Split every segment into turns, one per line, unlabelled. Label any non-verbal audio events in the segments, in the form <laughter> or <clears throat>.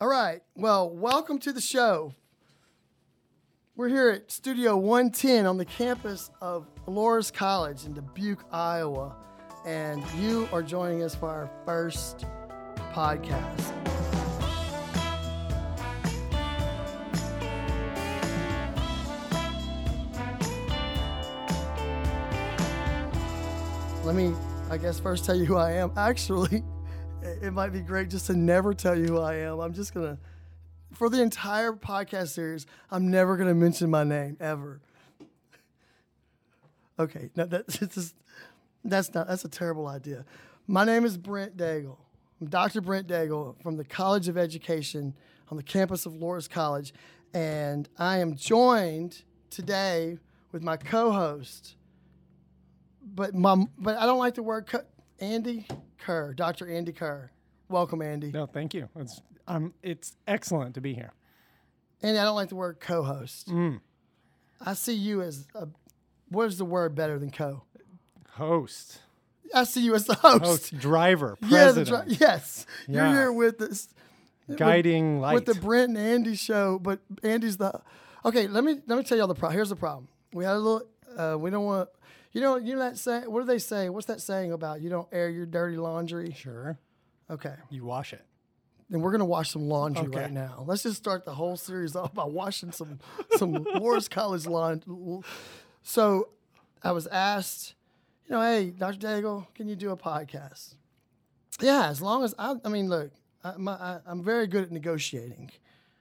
All right. Well, welcome to the show. We're here at Studio 110 on the campus of Loras College in Dubuque, Iowa. And you are joining us for our first podcast. Let me, I guess, first tell you who I am. <laughs> Actually, it it might be great just to never tell you who I am. I'm just going to, for the entire podcast series, I'm never going to mention my name ever. Okay, no, that, <laughs> this is, that's not, that's a terrible idea. My name is Brent Daigle. I'm Dr. Brent Daigle from the College of Education on the campus of Loras College. And I am joined today with my co host, but my but I don't like the word cu- Andy Kerr, Dr. Andy Kerr. Welcome, Andy.
No, thank you. It's um, it's excellent to be here.
Andy, I don't like the word co-host.
Mm.
I see you as a, what is the word better than co?
Host,
I see you as the host.
host, driver,
<laughs> yeah, the
president,
dri- yes. You're
Yeah.
here with this
guiding
<laughs>
light.
with the Brent and Andy show, but Andy's the okay. Let me let me tell y'all the problem. Here's the problem. We had a little. Uh, we don't want. You know. You know that saying. What do they say? What's that saying about? You don't air your dirty laundry.
sure,
Okay.
you wash it.
then we're gonna wash some laundry
Okay.
right now. Let's just start the whole series <laughs> off by washing some some Loris College laundry. So I was asked, you know, hey, Dr. Daigle, can you do a podcast? Yeah, as long as I, I mean, look, I, my, I, I'm very good at negotiating.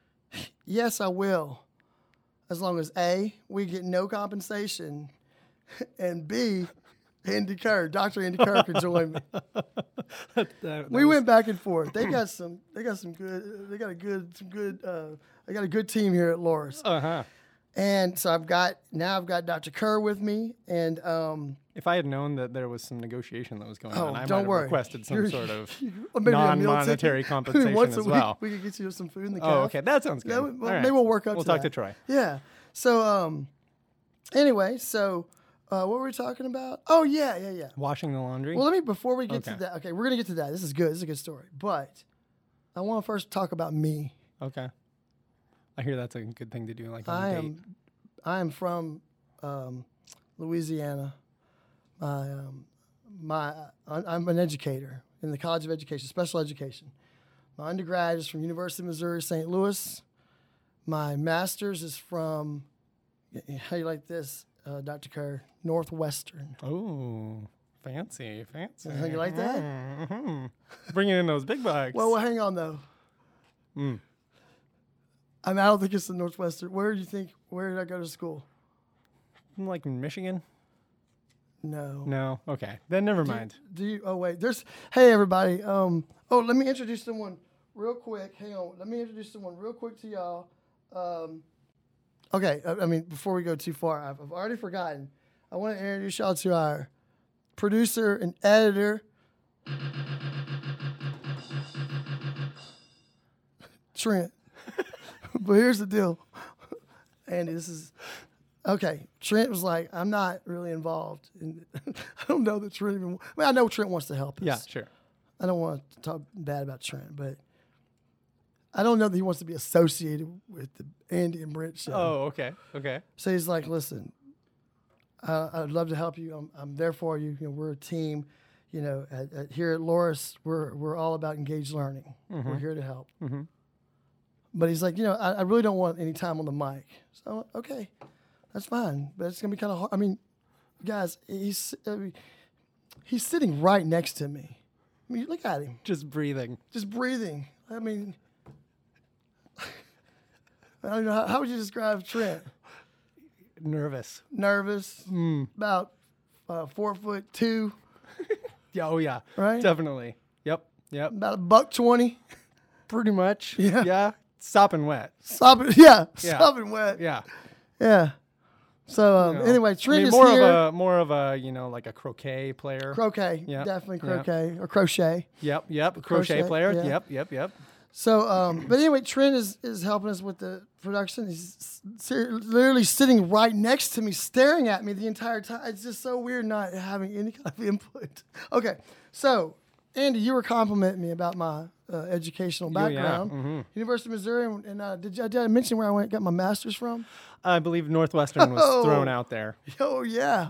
<laughs> yes, I will, as long as a we get no compensation, <laughs> and b. Andy Kerr, Dr. Andy Kerr can join me
That-
we went back and forth.
<clears throat>
They got some. They got some good. They got a good. Some good. Uh, they got a good team here at Loris.
uh huh.
And so I've got now I've got Dr. Kerr with me, and um, <laughs>
If I had known that there was some negotiation that was going
Oh,
on, I
don't
might have
worry.
requested some
You're- <laughs>
sort of
or maybe a meal
non-monetary
ticket. <laughs>
compensation
Once
as
a week,
well.
we could get you some food in the
Oh,
caf.
okay, that sounds good.
That would- well,
All right.
Maybe we'll work up.
We'll
to
talk to
that.
Troy.
Yeah. So um, anyway, so uh, what were we talking about? Oh yeah, yeah, yeah.
Washing the laundry.
Well, let me before we get to
Okay.
that. Okay, we're gonna get to that. This is good. This is a good story. But I want to first talk about me.
okay. I hear that's a good thing to do, like on
I
a date.
am, I am from um, Louisiana. My, um, my, I- I'm an educator in the College of Education, special education. My undergrad is from University of Missouri St. Louis. My master's is from, how you like this, uh, Dr. Kerr, Northwestern.
Oh, fancy, fancy.
How you like that?
hmm Bringing in those big bucks.
Well, well, hang on though.
Mm.
I mean, I don't think it's the Northwestern. Where do you think? Where did I go to school?
like in Michigan.
No.
No. Okay. Then never
Do you-
mind.
Do you? Oh wait, there's. Hey everybody. Um. Oh, let me introduce someone real quick. Hang on. Let me introduce someone real quick to y'all. Um. Okay. I, I mean, before we go too far, I've, I've already forgotten. I want to introduce y'all to our producer and editor, Trent. <laughs> but here's the deal, Andy. This is okay, Trent was like, I'm not really involved. And <laughs> I don't know that Trent even, I mean, I know Trent wants to help us.
Yeah, sure.
I don't want to talk bad about Trent, but I don't know that he wants to be associated with the Andy and Brent show.
Oh, okay. Okay.
So he's like, listen, I, I'd love to help you. I'm, I'm there for you. You know, we're a team. You know, at, at, here at Loris, we're, we're all about engaged learning. We're here to help.
Mhm.
But he's like, you know, I, I really don't want any time on the mic. So I went, okay, that's fine. But it's gonna be kind of hard. I mean, guys, he's I mean, he's sitting right next to me. I mean, look at him,
Just breathing.
just breathing. I mean, <laughs> I don't know how, how would you describe Trent?
Nervous.
nervous,
Hmm.
about uh, four foot two,
Yeah. Oh, yeah.
Right?
Definitely. Yep. Yep.
about a buck twenty. <laughs>
Pretty much.
Yeah.
Yeah. Sopping wet.
Sobbing, <laughs> yeah,
Yeah.
sobbing wet, yeah.
Yeah.
So um,
No.
anyway,
I
Trent
mean,
is
more
here.
of a more of a you know like a croquet player.
croquet,
Yeah.
definitely
Yeah.
croquet or crochet.
yep. Yep. Crochet,
crochet,
player.
yeah.
Yep. Yep. Yep.
So, um, but anyway, Trent is is helping us with the production. He's ser- literally sitting right next to me, staring <laughs> at me the entire time. It's just so weird not having any kind of input. Okay, so Andy, you were complimenting me about my uh, educational
Yeah, yeah,
background.
mhm.
University of Missouri, and, and uh, did, you, did I mention where I went got my master's from? <laughs>
I believe Northwestern was thrown
Oh. <laughs>
out there
Oh yeah,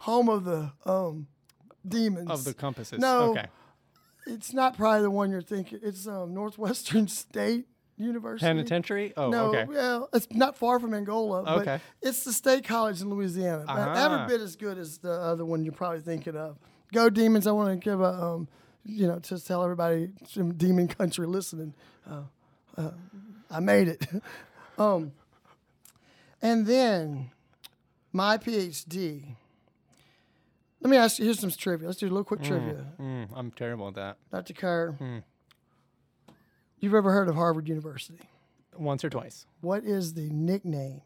home of the um, demons.
Mm-hmm. of the compasses.
No.
Okay.
it's not probably the one you're thinking. It's um, Northwestern <laughs> State University.
Penitentiary? Oh,
No,
okay.
well, it's not far from Angola, but
Okay.
it's the state college in Louisiana. Uh,
Ah.
Every bit as good as the other one you're probably thinking of. Go Demons! I want to give a, um, you know, just tell everybody from Demon Country listening, uh, uh, I made it. <laughs> um, and then my PhD. Let me ask you. Here's some trivia. Let's do a little quick trivia.
Mm, I'm terrible at that.
Dr. Kerr,
Hmm.
you've ever heard of Harvard University?
Once or twice.
What is the nickname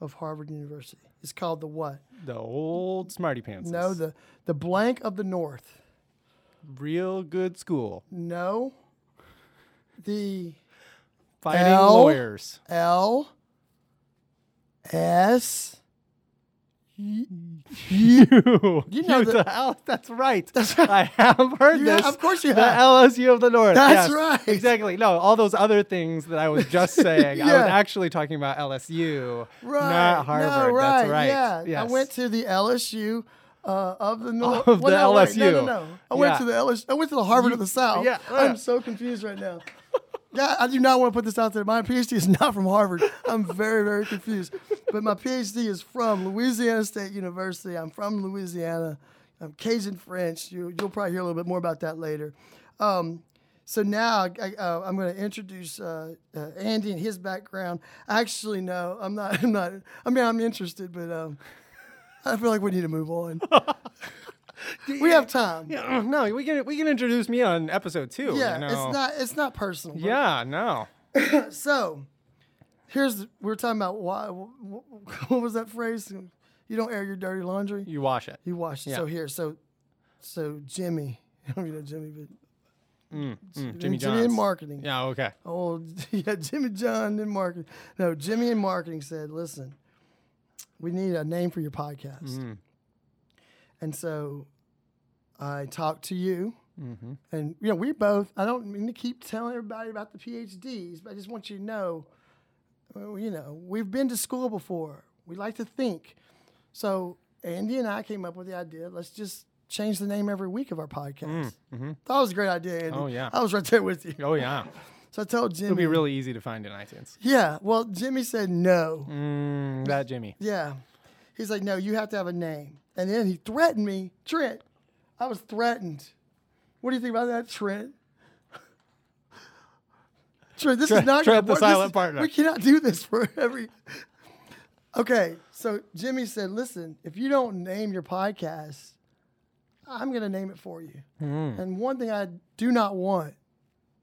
of Harvard University? It's called the what?
The old smarty pants.
No, the the blank of the North.
real good school.
No. The
Fighting
L.
lawyers.
L S U.
you
You know
the,
the-
L. That's right. I have heard
You-
this.
of course you
the
have.
LSU of the North.
That's
yes,
right.
Exactly. No, all those other things that I
<laughs>
was just saying. I was
Yeah.
actually talking about LSU,
Right.
not Harvard.
No, right.
That's right.
Yeah.
Yes.
I went to the LSU uh, of the North.
Of the
no, wait,
LSU.
no, no, no. I went
Yeah.
to the LSU. I went to the Harvard of the South.
yeah, yeah.
I'm so confused right now. Yeah, I do not want to put this out there. My PhD is not from Harvard. I'm very, very confused. But my PhD is from Louisiana State University. I'm from Louisiana. I'm Cajun French. You, you'll probably hear a little bit more about that later. Um, so now I, uh, I'm going to introduce uh, uh, Andy and his background. Actually, no, I'm not. I'm not. I mean, I'm interested, but um, I feel like we need to move
<laughs>
on. we have time. Yeah,
Yeah, <clears throat> no, we can we can introduce me on episode two. you know.
it's not. It's not personal. bro.
Yeah, no.
So, here's the, we were talking about why. What was that phrase? You don't air your dirty laundry.
You wash it.
You wash it. So
Yeah.
here, so so Jimmy. <laughs> I don't know Jimmy, but
Mm, Jimmy
Jimmy in
John's.
marketing.
Yeah, okay.
Oh <laughs> yeah, Jimmy John in marketing. No, Jimmy in marketing said, "Listen, we need a name for your podcast."
Mm-hmm.
And so I talked to you,
Mm-hmm.
and you know we both. I don't mean to keep telling everybody about the PhDs, but I just want you to know, well, you know, we've been to school before. We like to think. So Andy and I came up with the idea. Let's just change the name every week of our podcast. That was a great idea, Andy.
Mm. Oh, yeah.
I was right there with you.
Mm-hmm.
<laughs>
Oh yeah.
So I told Jimmy.
It'll be really easy to find in iTunes.
Yeah. Well, Jimmy said no.
Mm, that Jimmy.
Yeah. He's like, no, you have to have a name. And then he threatened me. Trent. I was threatened. What do you think about that, Trent? <laughs> Trent, this
Trent-
is not
Trent the
this is-
silent partner.
We cannot do this for every. <laughs> Okay. So Jimmy said, listen, if you don't name your podcast, I'm going to name it for you.
Hmm.
And one thing I do not want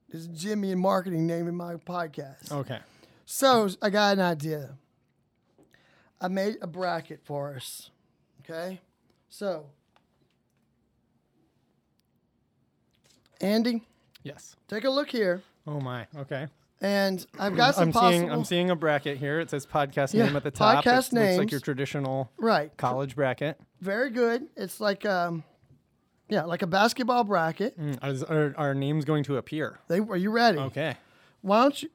is Jimmy and marketing naming my podcast.
Okay.
So I got an idea. I made a bracket for us. Okay. So, Andy,
Yes.
take a look here.
Oh my. Okay.
And I've got some
I'm
possible.
seeing I'm seeing a bracket here. It says podcast
Yeah,
name at the
podcast
top. It's- Looks like
names.
your traditional
right.
college bracket.
Very good. It's like, um, yeah, like a basketball bracket.
Mm, is- are, are names going to appear?
They Are you ready?
Okay.
Why don't you?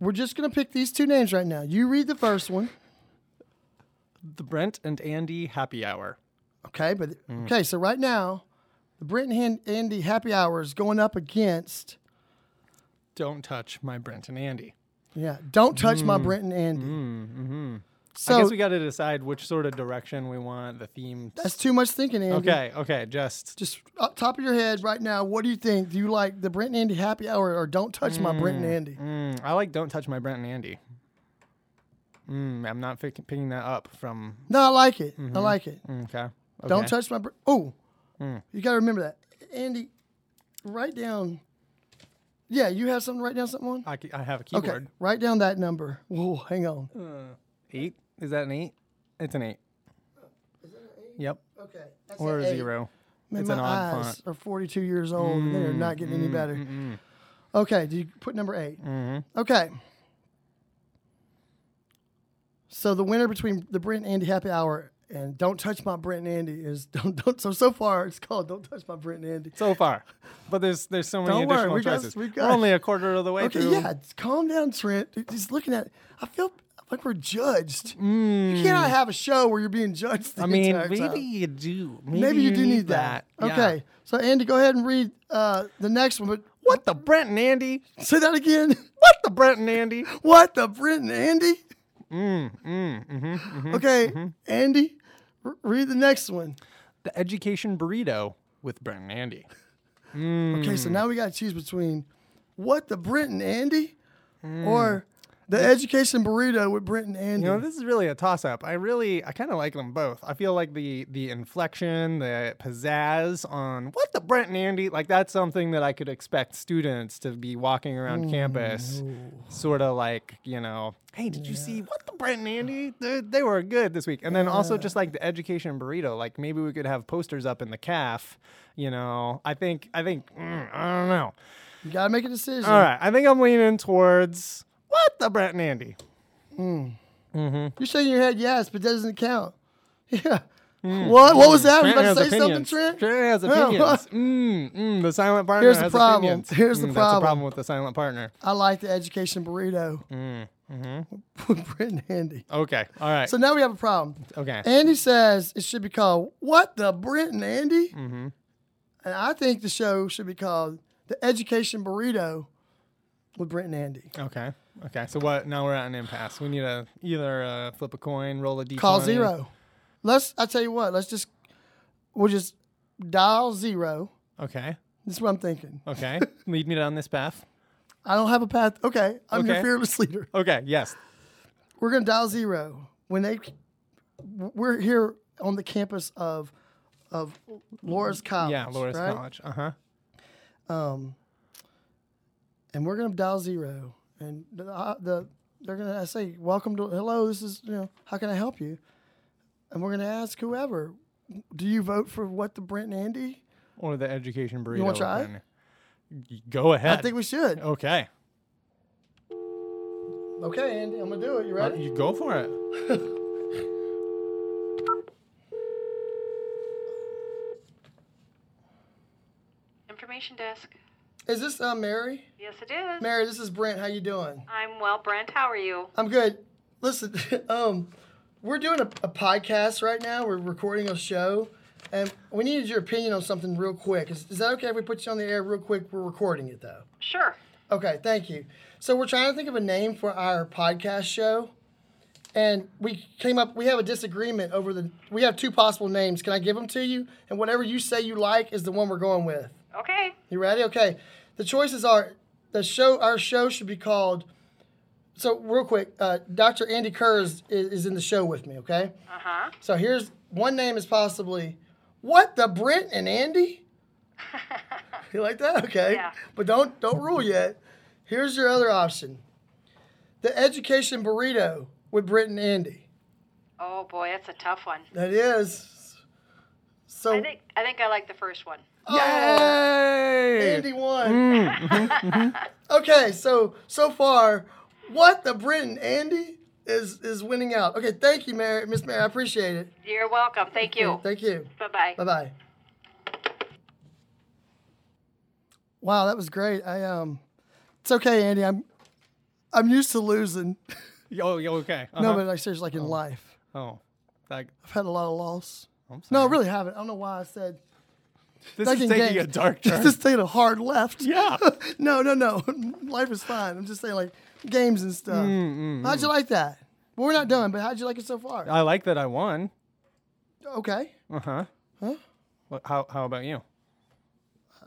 We're just going to pick these two names right now. You read the first one.
The Brent and Andy Happy Hour.
Okay, but
Mm.
okay, so right now, the Brent and Han- Andy happy hour is going up against.
Don't touch my Brent and Andy.
Yeah, don't touch my Brent and Andy.
Mm. mm-hmm. I
So
guess we got to decide which sort of direction we want the theme. to-
that's too much thinking, Andy.
Okay. Okay. Just
Just up top of your head right now, what do you think? Do you like the Brent and Andy happy hour or don't touch my Brent and Andy?
mm, I like Don't Touch My Brent and Andy. Mm, I'm not pick, picking that up from. hmm,
No, I like it. I like it.
Okay. Mm-hmm. okay. Mm.
Don't touch my. Br- oh, you got to remember that, Andy. Write down. Yeah, you have something. to Write down something on.
I, c- I have a
Okay,
Uh, keyboard. Uh.
write down that number. Whoa, hang on.
Eight? Is that an eight? It's an eight. Yep.
Okay, that's
Or
an
a
eight.
zero.
Man,
It's
my
an odd
eyes
font. Mm-hmm,
are 42 years old and they're not getting any better. Okay, do you put number 8
Mm-hmm.
Okay. So the winner between the Brent and Andy Happy Hour and don't touch my Brent and Andy is <laughs> don't don't so so far it's called don't touch my Brent and Andy.
so far. But there's there's so many
Don't worry,
additional
we got-
choices.
we
We
got-
are only a quarter of the way
Okay,
through.
yeah, it's- calm down, Trent. Dude, Just looking at, I feel like we're judged. You cannot have a show where you're being judged. The
Mm. I mean,
entire
maybe
time.
you do. Maybe,
Maybe you do need that.
Yeah.
Okay, so Andy, go ahead and read uh, the next one. But
What the Brent and Andy?
say that again.
What the Brent and Andy?
what the Brent and Andy?
Mm, mm, hmm
Okay, Andy, r- read the next one.
The education burrito with Brent and Andy.
Okay,
Mm.
so now we got to choose between what the Brent and Andy
Mm.
or the education burrito with Brent and Andy.
You know, this is really a toss-up. I really, I kind of like them both. I feel like the the inflection, the pizzazz on what the Brent and Andy, like that's something that I could expect students to be walking around campus, sort of like you know, hey, did you see what the Brent and Andy? They, they were good this week. And then also just like the education burrito, like maybe we could have posters up in the calf. You know, I think, I think, mm, I don't know.
you got to make a decision.
All right, I think I'm leaning towards what the Brent and Andy.
You're shaking your head yes, but that doesn't count. <laughs> Yeah.
Mm.
What? What was that? Were you about to say something, Trent?
has
opinions.
opinions. mm, mm, the silent partner
Here's the
has
problem.
opinions.
Here's the
Mm, That's
problem.
the problem with the silent partner.
I like the education burrito.
Mm, mm-hmm.
<laughs> With Brent and Andy.
Okay. All right.
So now we have a problem.
okay.
Andy says it should be called What the Brent and Andy? Mm-hmm. And I think the show should be called The Education Burrito with Brent and Andy.
okay. Okay. So what? Now we're at an impasse. We need to either uh, flip a coin, roll a d.
Call zero. Let's, I tell you what, let's just, we'll just dial zero.
Okay.
That's what I'm thinking.
Okay. Lead me down this path.
I don't have a path. Okay. I'm your
Okay.
fearless leader.
Okay. Yes.
We're going to dial zero. When they, we're here on the campus of, of Laura's College.
Yeah. Laura's
right?
College. Uh huh.
and we're gonna dial zero, and the, uh, the they're gonna say, "Welcome to hello. This is you know how can I help you?" And we're gonna ask whoever, "Do you vote for what the Brent and Andy?"
Or the education burrito.
wanna try?
then. Y- Go ahead.
I think we should.
okay.
Okay, Andy, I'm gonna do it. You
Uh,
ready?
you go for it.
Information desk.
Is this uh, Mary?
Yes, it is.
Mary, this is Brent. How you doing?
I'm well, Brent. How are you?
I'm good. Listen, <laughs> um, we're doing a, a podcast right now. We're recording a show, and we needed your opinion on something real quick. Is, is that okay if we put you on the air real quick? We're recording it though.
Sure.
Okay, thank you. So we're trying to think of a name for our podcast show, and we came up. We have a disagreement over the. We have two possible names. Can I give them to you? And whatever you say you like is the one we're going with.
Okay.
You ready? Okay. The choices are the show. Our show should be called. So real quick, uh, Dr. Andy Kerr is, is, is in the show with me. Okay.
Uh huh.
So here's one name is possibly what the Brent and Andy.
<laughs>
you like that? Okay.
Yeah.
But don't don't rule yet. Here's your other option: the education burrito with Brent and Andy.
Oh boy, that's a tough one.
That is. So
I think I think I like the first one.
Oh,
Yay!
Andy won.
Mm-hmm,
okay, so so far, what the Brent and Andy is is winning out. Okay, thank you, Mary, Miss Mary. I appreciate it.
You're welcome. Thank you.
Thank you.
Bye bye.
Bye bye. Wow, that was great. I um, it's okay, Andy. I'm I'm used to losing.
Oh, yeah, okay.
No,
Uh-huh.
but like seriously, like in life,
oh, like
I've had a lot of loss.
I'm sorry.
No, I really haven't. I don't know why I said
This
like
is
in
taking
games.
a
<laughs>
dark turn.
This is taking a hard left.
<laughs> yeah.
<laughs> no, no, no. Life is fine. I'm just saying, like games and stuff.
Mm,
How'd you like that? Well, we're not done, but how'd you like it so far?
<laughs> I like that I won.
okay,
Uh huh.
Huh?
Well, how how about you?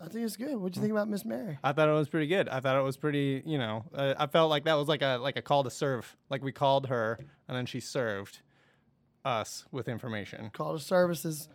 I think it's good. What'd you think about Miss Mary?
I thought it was pretty good. I thought it was pretty. You know, uh, I felt like that was like a like a call to serve. Like we called her, and then she served us with information.
Call to service is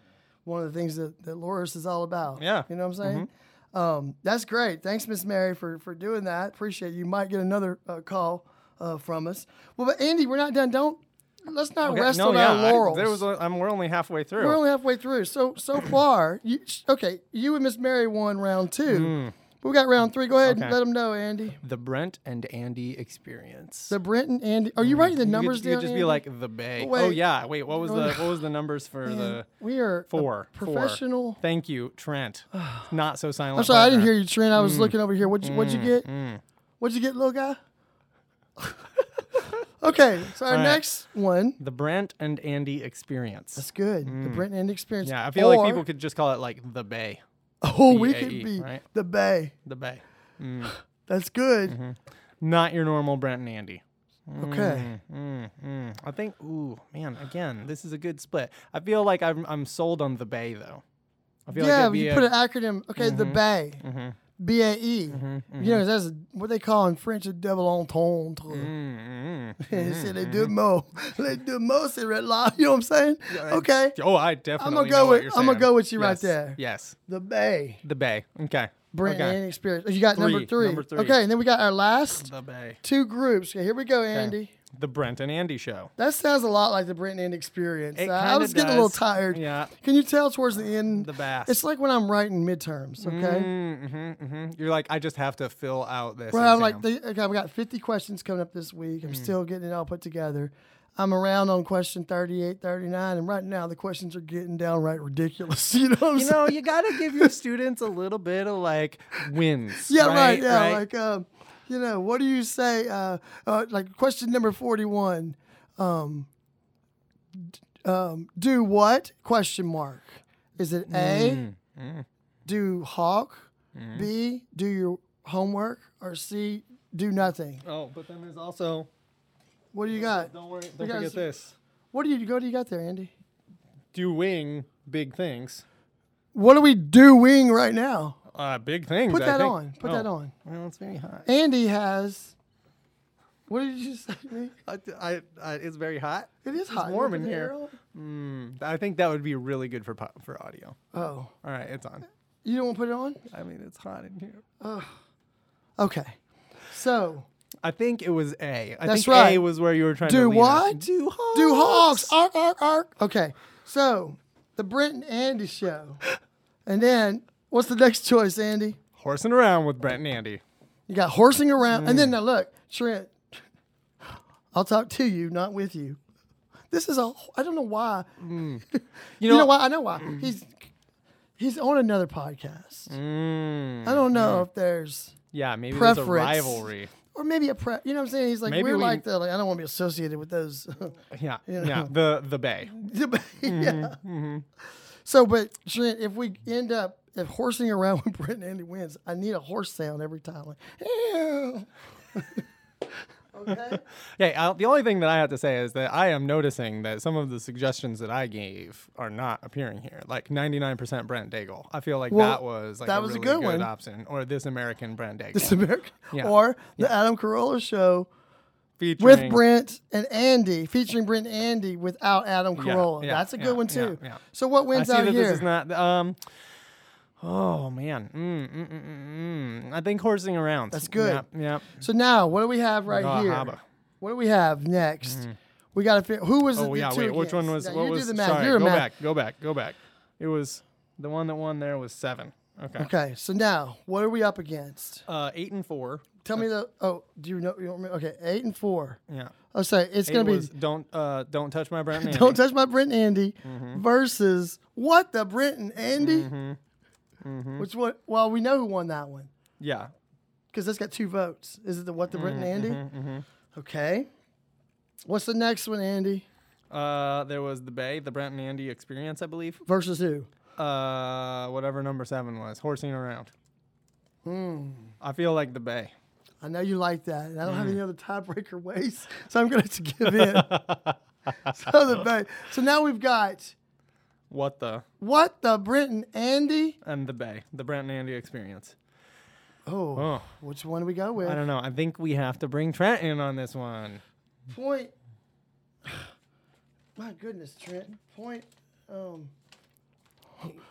one of the things that that Loris is all about.
Yeah. Mm-hmm.
you know what I'm saying. Um, that's great. Thanks, Miss Mary, for for doing that. Appreciate you. Might get another uh, call uh, from us. Well, but Andy, we're not done. Don't let's not
Okay,
rest
no,
on
yeah,
our laurels.
I, there was. A, I'm, we're only halfway through. <clears throat>
We're only halfway through. So so far, you, okay, you and Miss Mary won round two, But we got round three. Go ahead and
Mm. Okay.
let them know, Andy.
The Brent and Andy experience.
The Brent and Andy. Are you writing the
Mm. You could-
numbers
you could
down?
just
Andy?
be like the Bay.
Wait.
Oh yeah. Wait, what was
Oh,
the
no.
what was the numbers for
Man,
the
we are a
four? Four.
professional.
Thank you, <sighs> Trent. Not so silent.
I'm sorry, I didn't
partner.
hear you, Trent. I
Mm.
was looking over here. What'd you, what'd you get? What'd you get, little guy? <laughs> okay, so our
right.
next one.
The Brent and Andy experience.
That's good. The Brent and Andy experience.
Mm. yeah, I feel
Or-
like people could just call it like the Bay.
<laughs> Oh, we could
BAE,
be
E, right?
the Bay.
The Bay.
That's good.
Not your normal Brent and Andy.
Okay.
Mm-hmm. Mm, mm. I think. Ooh, man. Again, this is a good split. I feel like I'm I'm sold on the Bay though. I feel
yeah,
like it'd
but
be
you
a- Mm-hmm.
put an acronym. Okay, the Bay. B A E. You know, that's what they call in French a double entendre.
Mm, mm.
<laughs> They say les deux <laughs> mots. Les deux mots, c'est red line. <laughs> You know what I'm saying? Okay.
<laughs> Oh, I definitely.
go
know what
with-
you're
I'ma
saying.
go with you right
Yes,
there.
Yes.
The Bay.
The Bay. Okay.
Brent
okay.
and experience. Oh, you got number
Three,
three.
number three.
Okay, and then we got our last
The Bay.
two groups. Okay, here we go, Andy.
The Brent and Andy show.
That sounds a lot like the Brent and experience.
It
I I
kinda
was getting a little
does.
tired.
Yeah.
Can you tell towards the end?
The bass.
It's like when I'm writing midterms, okay?
Mm-hmm, hmm You're like, I just have to fill out this.
Right, I'm like,
exam.
they, okay, I've got 50 questions coming up this week.
Hmm.
I'm still getting it all put together. I'm around on question 38, 39, and right now the questions are getting downright ridiculous. <laughs> You know what I'm
you
saying?
know, you gotta give your students a little bit of like wins.
Yeah, right.
right.
yeah,
right?
like um, you know, what do you say? Uh, uh, like question number forty-one. Um, d- um, do what? Question mark. Is it A?
Hmm,
Do hawk. B. Do your homework. Or C. Do nothing.
Oh, but then there's also.
What do you got?
Don't worry. Don't
guys-
forget this.
What do you go? Do you got there, Andy?
Doing big things.
What are we doing right now?
Uh, big things.
Put
I
that
think.
on. Put that
Oh.
on.
Well, it's very hot.
Andy has. What did you say? <laughs> to me?
I, I, I, it's very hot.
It is hot. You
warm
open
in
the
here.
air on?
Mm, I think that would be really good for po- for audio.
Oh,
All right, it's on.
you don't want to put it on?
I mean, it's hot in here.
Okay. So,
I think it was A. I
That's
think
right.
A was where you were trying
do
to lean us.
what?
Do hawks.
Do hawks. Ark, ark, ark. Okay. So, the Brent and Andy show. And then, what's the next choice, Andy?
Horsing around with Brent and Andy.
You got horsing around. And then, now look, Trent, I'll talk to you, not with you. This is a, I don't know why. <laughs> You, know,
Mm. know-
why? I know why. He's, he's on another podcast.
Mm,
I don't know if there's,
yeah, maybe there's a
Preference.
rivalry.
or maybe a pre, you know what I'm saying? He's like,
Maybe
we're
we-
like the, like, I don't want to be associated with those. <laughs>
Yeah,
You
yeah.
know.
The the Bay.
yeah.
Mm-hmm.
So, but Trent, if we end up if horsing around <laughs> when Brent and Andy wins, I need a horse sound every time. Like, "Ew." <laughs> okay.
Yeah. I, the only thing that I have to say is that I am noticing that some of the suggestions that I gave are not appearing here. Like 99% Brent Daigle. I feel like
Well,
that was like
that
a
was a
really
good one.
option. Or this American Brent Daigle.
This American
Yeah.
or the Adam Carolla show with
Featuring-
Brent and Andy, featuring Brent and Andy without Adam Carolla.
yeah,
That's a good
yeah,
one too.
yeah, yeah.
So what
I
wins
see
out
that
here?
this is not. Um, oh man, mm, mm, mm, mm, mm. I think horsing around.
That's good.
Yep. yep.
so now what do we have right
Ah,
here?
haba.
What do we have next? We got to figure who was it?
Mm-hmm. Oh
the
yeah.
two
Wait, which one
against?
was?
Now,
what
you
was?
do the math.
Sorry,
You're a
go
math.
back. Go back. Go back. It was the one that won. There was seven. Okay.
Okay, so now what are we up against?
Uh, eight and four.
Tell me the. Oh, do you know? You don't remember? Okay, eight and four.
Yeah.
I'll say it's
Eight
gonna be.
was, don't uh <laughs> don't touch my brand name.
Don't touch my Brent and Andy
Mm-hmm.
versus what the Brent and Andy.
Mm-hmm.
Which one? Well, we know who won that one
Yeah.
because that's got two votes. Is it the what the Brent
Mm-hmm.
and Andy? Okay. What's the next one, Andy?
Uh, there was the Bay, the Brent and Andy experience, I believe.
Versus who?
Uh, whatever number seven was, horsing around. I feel like the Bay.
I know you like that, and I don't have
Mm-hmm.
any other tiebreaker <laughs> ways, so I'm going to have to give
<laughs>
in. so the Bay. So now we've got
What the?
what the Brent and Andy.
And the Bay, the Brent and Andy experience.
Oh,
Oh.
which one do we go with?
I don't know. I think we have to bring Trent in on this one.
point. <sighs> My goodness, Trent. Point. Um.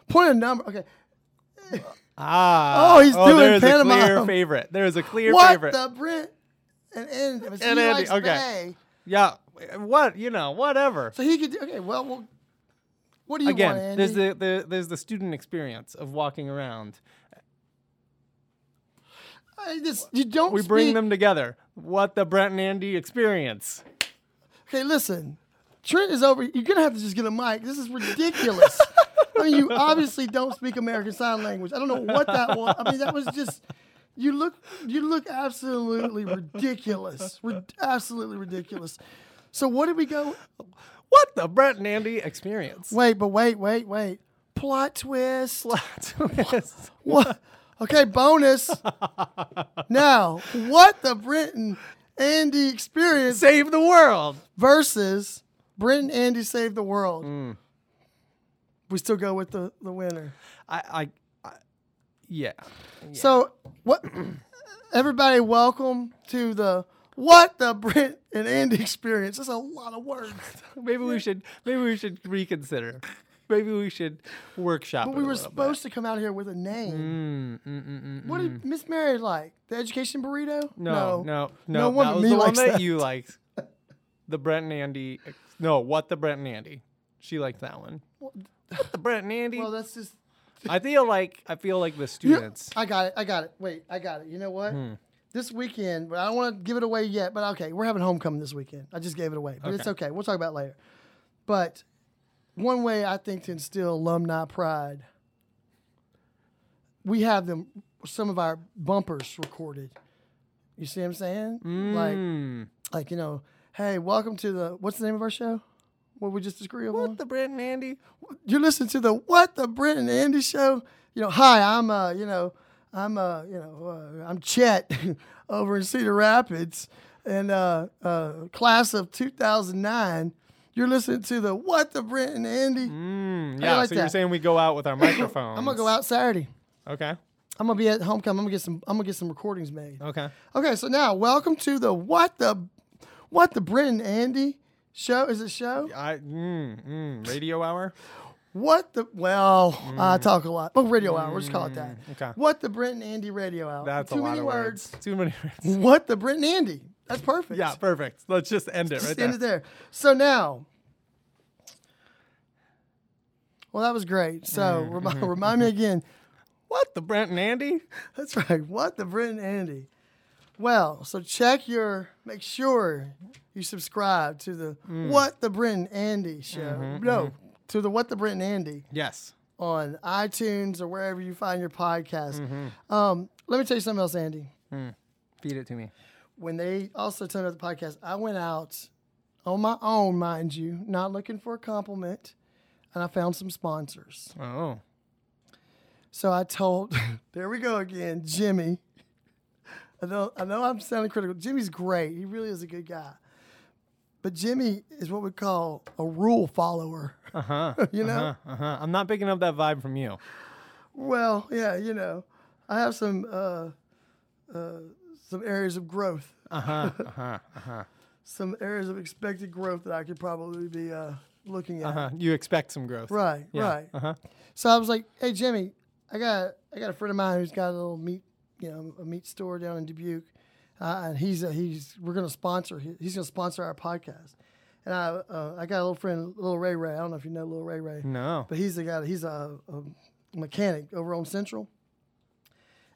Point a number. Okay.
Ah.
Oh, he's doing
there's a
pantomime.
clear favorite. There is a clear
what
favorite.
the Brent and Andy? And
And Andy,
okay.
okay. yeah. What you know? Whatever.
So he could. do- Okay. Well, well. What do you want,
Again,
Andy?
there's the, the there's the student experience of walking around.
I just, you don't.
We bring
speak-
them together. What the Brent and Andy experience.
Okay, listen. Trent is over. You're gonna have to just get a mic. This is ridiculous. I mean, you obviously don't speak American Sign Language. I don't know what that was. I mean, that was just. You look. You look absolutely ridiculous. Rid- absolutely ridiculous. So what did we go?
What the Brent and Andy <laughs> experience.
Wait, but wait, wait, wait. Plot twist.
Twist.
What? Okay, bonus. now, what the Brenton Andy experience
Save the world.
versus Brenton Andy saved the world.
Mm.
We still go with the, the winner.
I, I, I yeah.
So what? <clears throat> Everybody, welcome to the what the Brent and Andy experience. That's a lot of words.
Maybe we should maybe we should reconsider. Maybe we should workshop.
But
it
we
a
were
little bit.
supposed to come out here with a name.
Mm,
What did Miss Mary like? The education burrito?
No, no, no.
No
that
wonder
was
me
the one
likes
that,
that.
you liked. The Brent and Andy. ex- No, what the Brent and Andy. She liked that one. What the Brent and Andy.
Well, that's just
I feel like I feel like the
You-
students.
I got it. I got it. Wait, I got it. You know what?
Hmm.
This weekend, but I don't want to give it away yet. But okay, we're having homecoming this weekend. I just gave it away, but it's okay. We'll talk about it later. But one way I think to instill alumni pride, we have them some of our bumpers recorded. You see what I'm saying?
Hmm.
Like, like you know, hey, welcome to the what's the name of our show? What we just agreed on?
What the Brent and Andy?
you listen to the what the Brent and Andy show. You know, hi, I'm uh, you know, I'm uh, you know, uh, I'm Chet <laughs> over in Cedar Rapids, and uh, uh, class of 2009. You're listening to the what the Brent and Andy.
Hmm. yeah.
like
so
that.
you're saying we go
<coughs>
out with our microphones.
I'm gonna go out Saturday.
Okay.
I'm gonna be at homecoming. I'm gonna get some. I'm gonna get some recordings made.
Okay.
Okay, so now welcome to the what the what the Brent and Andy show. Is it show?
I mm, mm, radio hour.
What the well, I talk a lot. Oh, radio hour. We'll just call it that.
Mm. okay.
What the Brent and Andy radio hour.
That's
Too
a lot
many
of words. Too many <laughs> words.
What the Brent and Andy. That's perfect.
Yeah, perfect. Let's just end it
Just
right
end
there.
it there. So now. Well, that was great. So
Mm-hmm,
remi- <laughs> remind me again.
What the Brent and Andy?
That's right. What the Brent and Andy. Well, so check your make sure you subscribe to the
Mm.
What the Brent and Andy show.
Mm-hmm,
No, to the What the Brent and Andy.
Yes.
on iTunes or wherever you find your podcast. Um, let me tell you something else, Andy.
Feed it to me.
When they also turned up the podcast, I went out on my own, mind you, not looking for a compliment, and I found some sponsors.
Oh.
So I told, <laughs> there we go again, Jimmy. I know, I know I'm sounding critical. Jimmy's great. He really is a good guy. But Jimmy is what we call a rule follower.
Uh huh.
<laughs> You know?
Uh huh. I'm not picking up that vibe from you.
Well, yeah, you know, I have some uh, uh, some areas of growth,
Uh
<laughs>
huh. Uh huh. Uh huh.
some areas of expected growth that I could probably be uh, looking at.
Uh huh. You expect some growth.
Right, right.
Uh huh.
So I was like, "Hey, Jimmy, I got I got a friend of mine who's got a little meat, you know, a meat store down in Dubuque, uh, and he's uh, he's we're gonna sponsor he- he's gonna sponsor our podcast." And I uh, I got a little friend, little Ray Ray. I don't know if you know little Ray Ray.
No.
But he's a guy. He's a, a mechanic over on Central.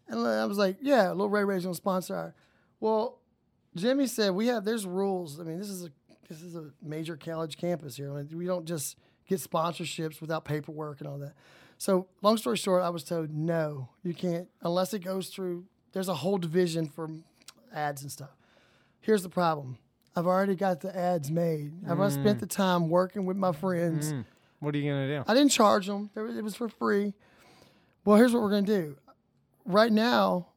And I was like, yeah, Little Ray Ray's gonna sponsor. Our. Well, Jimmy said we have there's rules. I mean, this is a this is a major college campus here. Like, we don't just get sponsorships without paperwork and all that. So long story short, I was told no, you can't unless it goes through. There's a whole division for ads and stuff. Here's the problem. I've already got the ads made. I've already spent the time working with my friends.
What are you gonna do?
I didn't charge them. It was, it was for free. Well, here's what we're gonna do. Right now,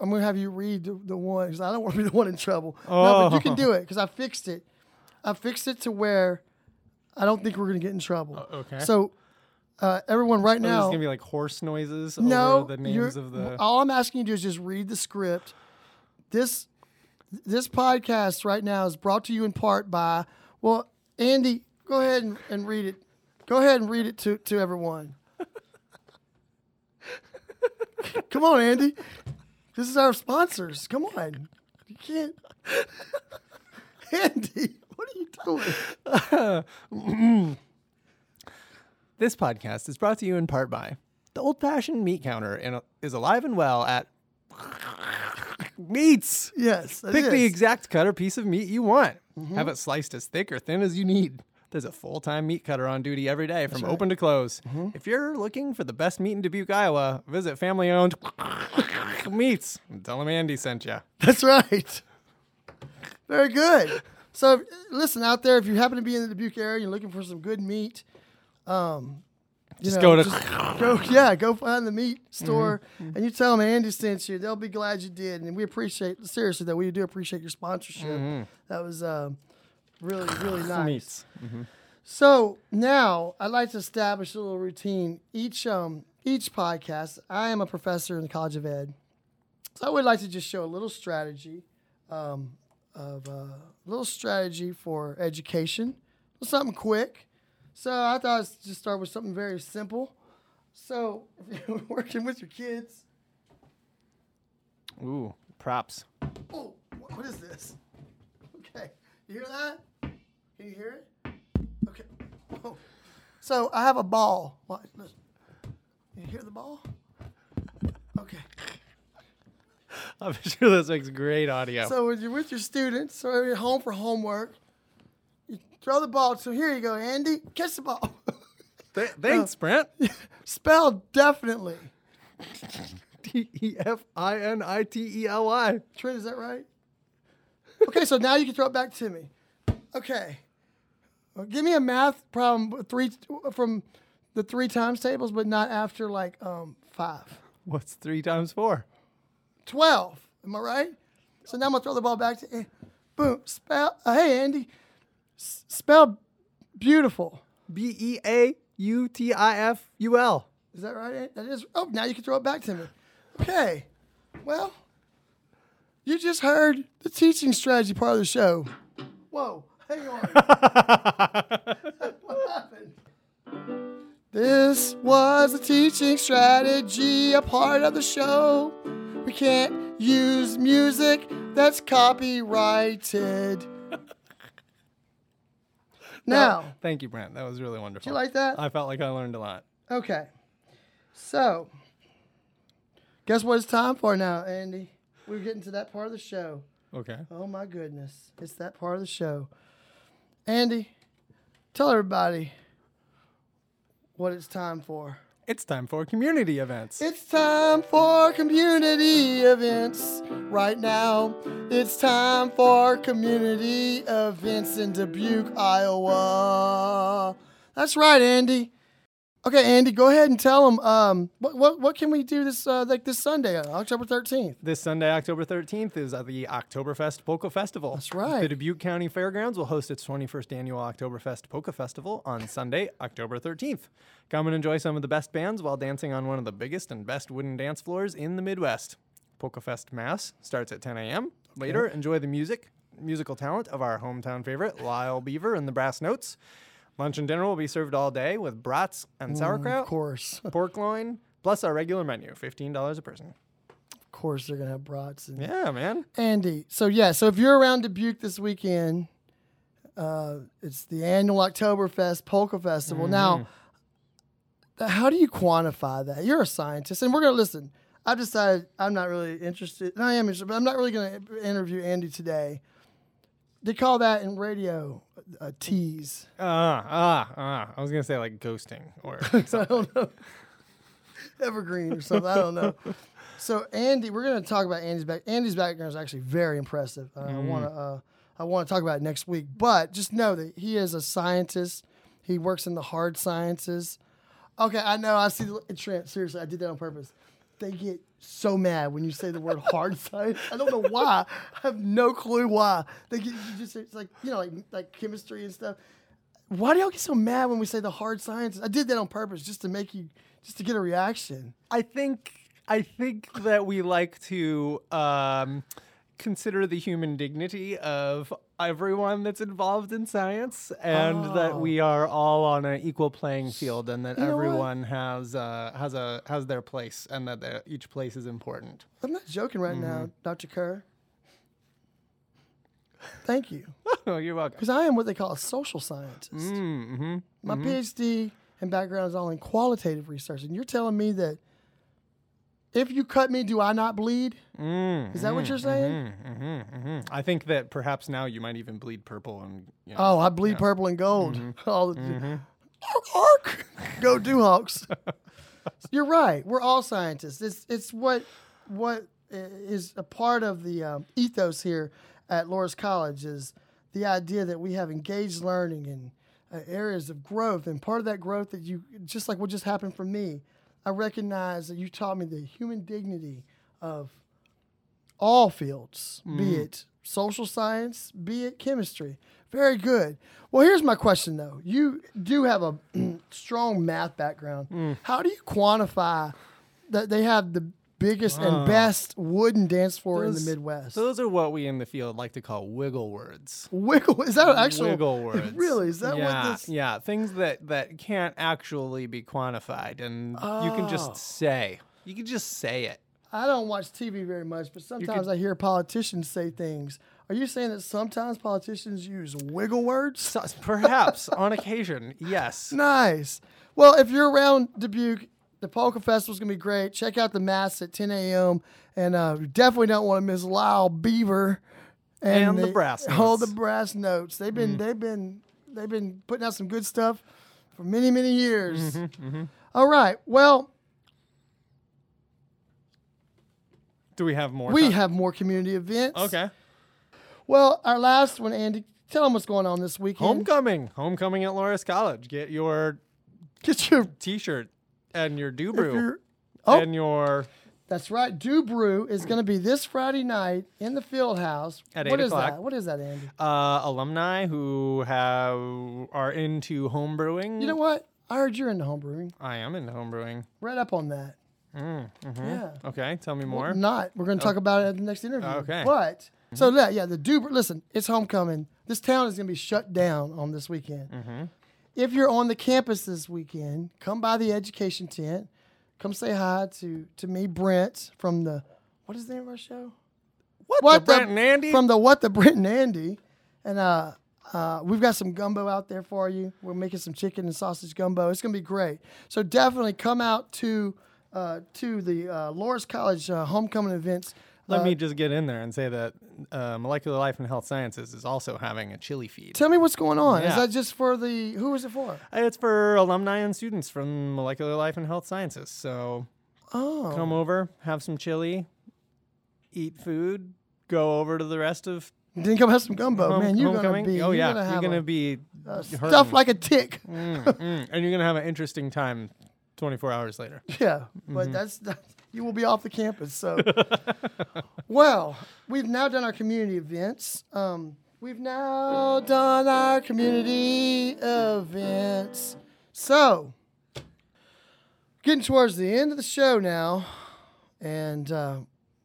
I'm gonna have you read the, the one because I don't want to be the one in trouble. No, but
Oh.
you can do it because I fixed it. I fixed it to where I don't think we're gonna get in trouble.
okay.
So, uh, everyone, right
There's
now,
gonna be like horse noises
no,
over the
you're- uh,
names of the.
All I'm asking you to do is just read the script. This this podcast right now is brought to you in part by. Well, Andy, go ahead and, and read it. Go ahead and read it to to everyone. <laughs> Come on, Andy. This is our sponsors. Come on. You can't. <laughs> Andy, what are you doing?
This podcast is brought to you in part by the old fashioned meat counter and is alive and well at <laughs> meats.
Yes. it
Pick the
is. Mm-hmm.
exact cutter piece of meat you want. Have it sliced as thick or thin as you need. There's a full time meat cutter on duty every day from open to close.
Mm-hmm.
If you're looking for the best meat in Dubuque, Iowa, visit family owned <laughs> meats. and Tell them Andy sent you.
<laughs> That's right. Very good. So if- listen out there. If you happen to be in the Dubuque area, you're looking for some good meat. Um, you
Just
know,
go to-
just <laughs> go. Yeah, go find the meat store, and you tell them Andy sent you. They'll be glad you did, and we appreciate seriously that we do appreciate your sponsorship. That was um, really really nice.
Meats.
So now I'd like to establish a little routine. Each um each podcast, I am a professor in the College of Ed, so I would like to just show a little strategy, um, of uh, a little strategy for education, something quick. So I thought I'd just start with something very simple. So <laughs> if you're working with your kids,
<laughs> Ooh, props. <laughs>
oh, wh- what is this? Okay, you hear that? Can you hear it? Okay. Oh. So I have a ball. What? listen. You hear the ball? Okay.
I'm sure this makes great audio.
So when you're with your students or you're home for homework, you throw the ball. So here you go, Andy. Catch the ball. <laughs>
Th- thanks,
uh,
Brent. <laughs>
Spelled definitely.
T E F I N I T E L I.
Trent, is that right? Okay, so now you can throw it back to me. Okay. Well, give me a math problem with three from the three times tables, but not after like um, five.
What's three times four?
12. Am I right? So now I'm going to throw the ball back to eh, Boom. Spell. uh, hey, Andy. S- spell beautiful.
B E A U T I F U L. <laughs>
Is that right? Andy? That is. Oh, now you can throw it back to me. Okay. Well, you just heard the teaching strategy part of the show. Whoa. Hang on. what happened? This was a teaching strategy, a part of the show. We can't use music that's copyrighted. Now,
<laughs> Thank you, Brent. That was really wonderful.
do Oh. you like that?
I felt like I learned a lot.
Okay. So, guess what it's time for now, Andy? We're getting to that part of the show.
Okay.
Oh my goodness. It's that part of the show. Andy, tell everybody what it's time for.
It's time for community events.
It's time for community events right now. It's time for community events in Dubuque, Iowa. That's right, Andy. Okay, Andy, go ahead and tell them um, what, what what can we do this uh, like this Sunday, uh, October thirteenth.
This Sunday, October 13th, is at the Oktoberfest Polka Festival.
That's right.
The Dubuque County Fairgrounds will host its 21st annual Oktoberfest Polka Festival on Sunday, October 13th. Come and enjoy some of the best bands while dancing on one of the biggest and best wooden dance floors in the Midwest. Polka Fest Mass starts at 10 a.m. Later, enjoy the music, musical talent of our hometown favorite, Lyle Beaver and the Brass Notes. Lunch and dinner will be served all day with brats and
Of
sauerkraut,
course, of
pork loin, plus our regular menu, $15 a person.
course, they're gonna have brats and
Yeah, man.
Andy. So yeah, so if you're around Dubuque this weekend, uh, it's the annual Oktoberfest Polka Festival. Now, th- how do you quantify that? You're a scientist, and we're gonna listen. I've decided I'm not really interested. And I am interested, but I'm not really gonna interview Andy today. They call that in radio a tease.
Ah, ah, ah. I was gonna say like ghosting <laughs> or
I don't know. Evergreen or something. I don't know. So Andy, we're going to talk about Andy's back. Andy's background is actually very impressive. Uh, I want to uh, I want to talk about it next week. But just know that he is a scientist. He works in the hard sciences. Okay, I know. I see the Trent. Seriously, I did that on purpose. They get so mad when you say the word hard <laughs> science. I don't know why. I have no clue why. They get you just it's like you know like like chemistry and stuff why do y'all get so mad when we say the hard sciences? I did that on purpose just to make you, just to get a reaction.
I think I think that we like to um, consider the human dignity of everyone that's involved in science, and that we are all on an equal playing field, and that
know what?
everyone has uh, has a has their place, and that their- each place is important.
I'm not joking right now,
Mm-hmm.
Dr. Kerr. Thank you.
<laughs> oh, you're welcome.
Because I am what they call a social scientist.
Hmm, mm-hmm.
My PhD and background is all in qualitative research. And you're telling me that If you cut me, do I not bleed?
Mm,
Is that what you're saying?
mm-hmm, mm-hmm. I think that perhaps now you might even bleed purple and you know,
Oh, I bleed purple and gold. <laughs> All the- Ark, ark. Go Dewhawks. <laughs> You're right. We're all scientists. It's it's what what i- is a part of the um, ethos here at Loras College is the idea that we have engaged learning and uh, areas of growth, and part of that growth that you just like what just happened for me. I recognize that you taught me the human dignity of all fields, be
Mm.
it social science, be it chemistry. Very good. Well, here's my question though. You do have a <clears throat> strong math background.
Mm.
How do you quantify that they have the biggest and best wooden dance floor in
Those-
the Midwest?
Those are what we in the field like to call wiggle words.
wiggle is
<laughs>
that an actual
Wiggle words.
<laughs> Really? Is that
yeah,
what this
Yeah, things that that can't actually be quantified, and you can
Oh.
just say. You can just say it.
I don't watch TV very much, but sometimes I hear politicians say things. Are you saying that sometimes politicians use wiggle words?
So- perhaps
<laughs>
on occasion, yes.
Nice. Well, if you're around Dubuque, the Polka Festival's gonna be great. Check out the mass at 10 a.m. and uh, you definitely don't want to miss Lyle Beaver
And the brass
<laughs> All the
notes. Mm-hmm.
brass notes. They've been they've been they've been putting out some good stuff for many many years.
Mm-hmm,
All right. Well,
Do we have more?
we
time?
have more community events.
okay.
Well, our last one, Andy. Tell them what's going on this weekend.
Homecoming, homecoming at Loris College. Get your
Get your
T-shirt and your do
if you're-
brew
Oh.
and your
That's right. Dew Brew is going to be this Friday night in the field house.
At
What
8
is
o'clock.
that? What is that, Andy?
uh, alumni who have are into homebrewing.
You know what? I heard you're into homebrewing.
I am into homebrewing.
Read up on that.
Mm, mm-hmm.
Yeah.
Okay, tell me more.
Not. We're going to talk about it at the next interview.
Oh. Okay. Mm-hmm.
But so yeah, yeah, the Dew. Brew- Listen, it's homecoming. This town is going to be shut down on this weekend.
Mm-hmm.
If you're on the campus this weekend, come by the education tent. Come say hi to to me, Brent from the what is the name of our show?
What,
what
the Brent and Andy?
from the what the Brent and Andy, and uh, uh, we've got some gumbo out there for you. We're making some chicken and sausage gumbo. It's gonna be great. So definitely come out to uh, to the uh, Loris College uh, homecoming events.
Let
Uh,
me just get in there and say that uh, Molecular Life and Health Sciences is also having a chili feed.
Tell me what's going on. Is
Yeah.
that just for the who is it for?
It's for alumni and students from Molecular Life and Health Sciences. So
Oh,
come over, have some chili, eat food, go over to the rest of
then come have some gumbo,
home-
man. You're
homecoming.
gonna be
oh
you're
yeah,
gonna
you're
have
gonna
a-
be
a
hurting.
stuff like a tick. <laughs>
Mm, mm, and you're gonna have an interesting time. 24 hours later.
Yeah,
Mm-hmm.
but that's, that's you will be off the campus. So, well, we've now done our community events. Um, we've now done our community events. So, getting towards the end of the show now, and uh,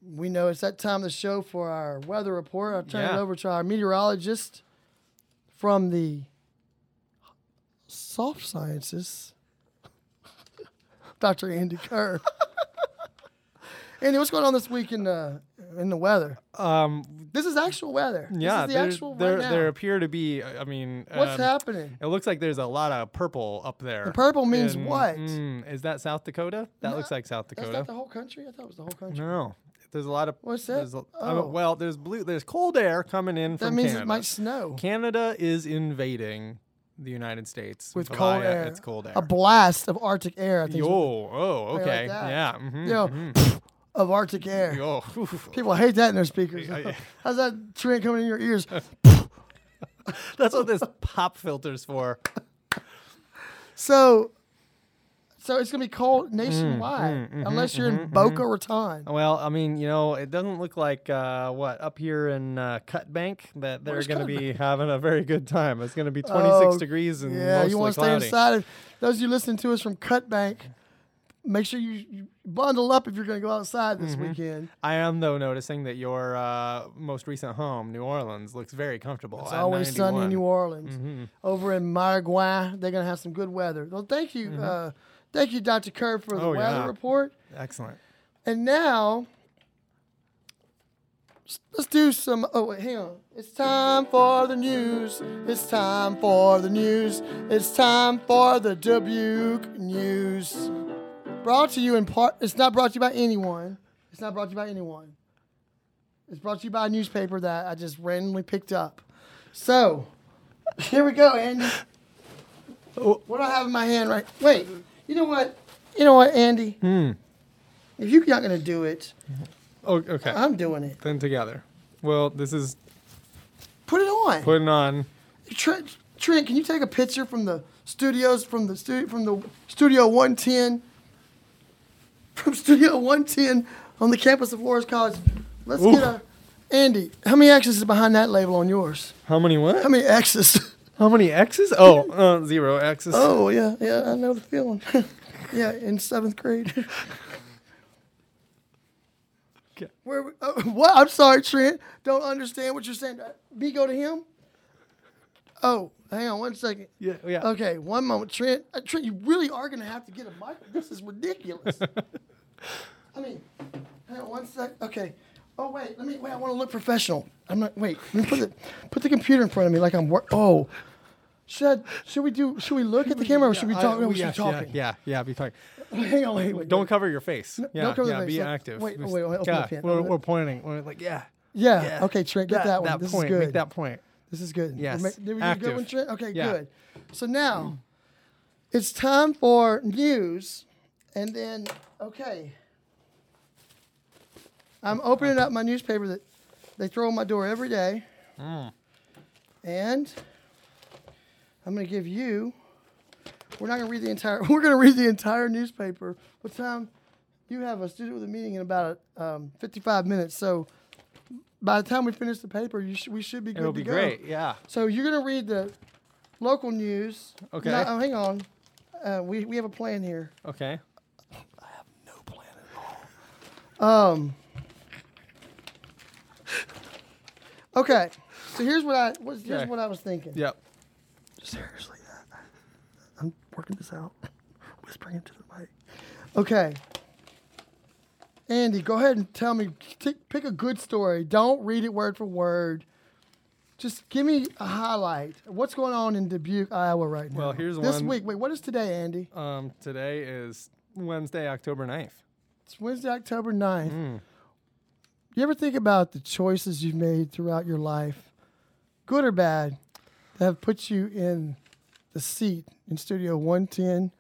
we know it's that time of the show for our weather report. I'll turn it
Yeah.
over to our meteorologist from the soft sciences. <laughs> Dr. Andy Kerr. Andy, what's going on this week in the in the weather?
Um,
This is actual weather.
yeah,
this is the
there,
actual
there,
right now.
there appear to be, uh, I mean,
What's
um,
happening?
It looks like there's a lot of purple up there.
purple means what?
mm, is that South Dakota? That looks like South
That's
Dakota.
not the whole country. I thought it was the whole country.
no, there's a lot of.
What's that?
there's a- I
Oh.
don't- well, there's blue. There's cold air coming in
that
from
means
Canada.
it might snow
Canada is invading the United States
with
via
cold air.
uh, It's cold air.
A blast of Arctic air. I think. is
Yo,
what-
oh,
like
okay,
that.
yeah. mhm,
You
<laughs>
know, of Arctic air.
Yo, oof.
People hate that in their speakers.
Yeah, yeah.
<laughs> How's that trend coming in your
<laughs>
ears?
<laughs> that's what this pop filter's for.
So, so it's gonna be cold
Mm,
nationwide
mm-hmm,
unless you're in Boca Raton.
Well, I mean, you know, it doesn't look like uh, what up here in uh, Cutbank that they're
Where's
going to be having a very good time. It's going to be 26
Oh,
degrees and
Yeah,
mostly
you want to stay
cloudy.
inside. If those of you listening to us from Cutbank, make sure you, you bundle up if you're going to go outside this
Mm-hmm.
weekend.
I am though noticing that your uh, most recent home, New Orleans, looks very comfortable.
It's
at Mm-hmm.
always sunny in
91.
New Orleans. Over in Marigua, they're going to have some good weather. Well, thank you, uh, thank you, Dr. Kerr, for the
Mm-hmm. Oh,
weather
yeah.
report.
Excellent.
And now, s- let's do some. Oh, wait, hang on. It's time for the news. It's time for the news. It's time for the Dubuque news. Brought to you in part. It's not brought to you by anyone. It's not brought to you by anyone. It's brought to you by a newspaper that I just randomly picked up. So, here we go, Andy. What do I have in my hand right? Wait. You know what? You know what, Andy? If you're not gonna do it,
Oh, okay.
I'm doing it.
then together. Well, this is
Put it on.
putting on.
Trent, Trent, can you take a picture from the studios from the stu- from the studio 110 from studio 110 on the campus of Lawrence College? Let's get a Andy. How many X's is behind that label on yours?
How many what?
How many X's?
How many X's? Oh, uh, zero X's.
oh yeah, yeah, I know the feeling. <laughs> yeah, in seventh grade. <laughs>
Okay.
Where? we- oh, what? I'm sorry, Trent. Don't understand what you're saying. Uh, Me go to him. Oh, hang on one second.
Yeah, yeah.
Okay, one moment, Trent. Uh, Trent, you really are going to have to get a mic. This is
<laughs>
ridiculous. I mean, hang on one sec. Okay. Oh wait, let me. Wait, I want to look professional. I'm not. Wait, let me put the put the computer in front of me like I'm work. Oh, should should we do? Should we look at the camera or should we
I- oh,
talk? no, we
yes,
should be talking.
Yeah, yeah, yeah, be talking.
<laughs> Hang on, wait, wait.
Don't cover your face. Yeah,
don't cover the
yeah,
face.
be
Look,
active.
wait,
Just-
wait, wait, open
yeah,
up here.
We're,
Open
we're
up.
pointing. We're like, yeah.
Yeah.
yeah.
Okay, Trent, get that, one.
That
this
point.
is good.
Make that point.
This is good.
Yes,
We're ma- Did we do a good
active.
one, Trent? Okay,
Yeah.
good. So now it's time for news, and then okay, I'm opening up my newspaper that they throw on my door every day,
Mm.
and I'm going to give you. We're not going to read the entire. <laughs> We're going to read the entire newspaper. What time? You have a student with a meeting in about um, 55 minutes, so. By the time we finish the paper, you sh- we should be good
It'll
to
be
go.
great. Yeah.
So you're gonna read the local news.
Okay.
No, oh, hang on. Uh, we we have a plan here.
Okay.
No plan at all. Um. Okay. So here's what I what's, here's
Okay.
what I was thinking.
Yep.
Seriously, I- I- I'm working this out. <laughs> Whispering into the mic. Okay. Andy, go ahead and tell me. T- pick a good story. Don't read it word for word. Just give me a highlight. What's going on in Dubuque, Iowa, right now?
Well, here's
this
one-
week. Wait, what is today, Andy?
Um, today is Wednesday, October 9th.
It's Wednesday, October 9th.
Hmm.
You ever think about the choices you've made throughout your life, good or bad, that have put you in the seat in Studio 110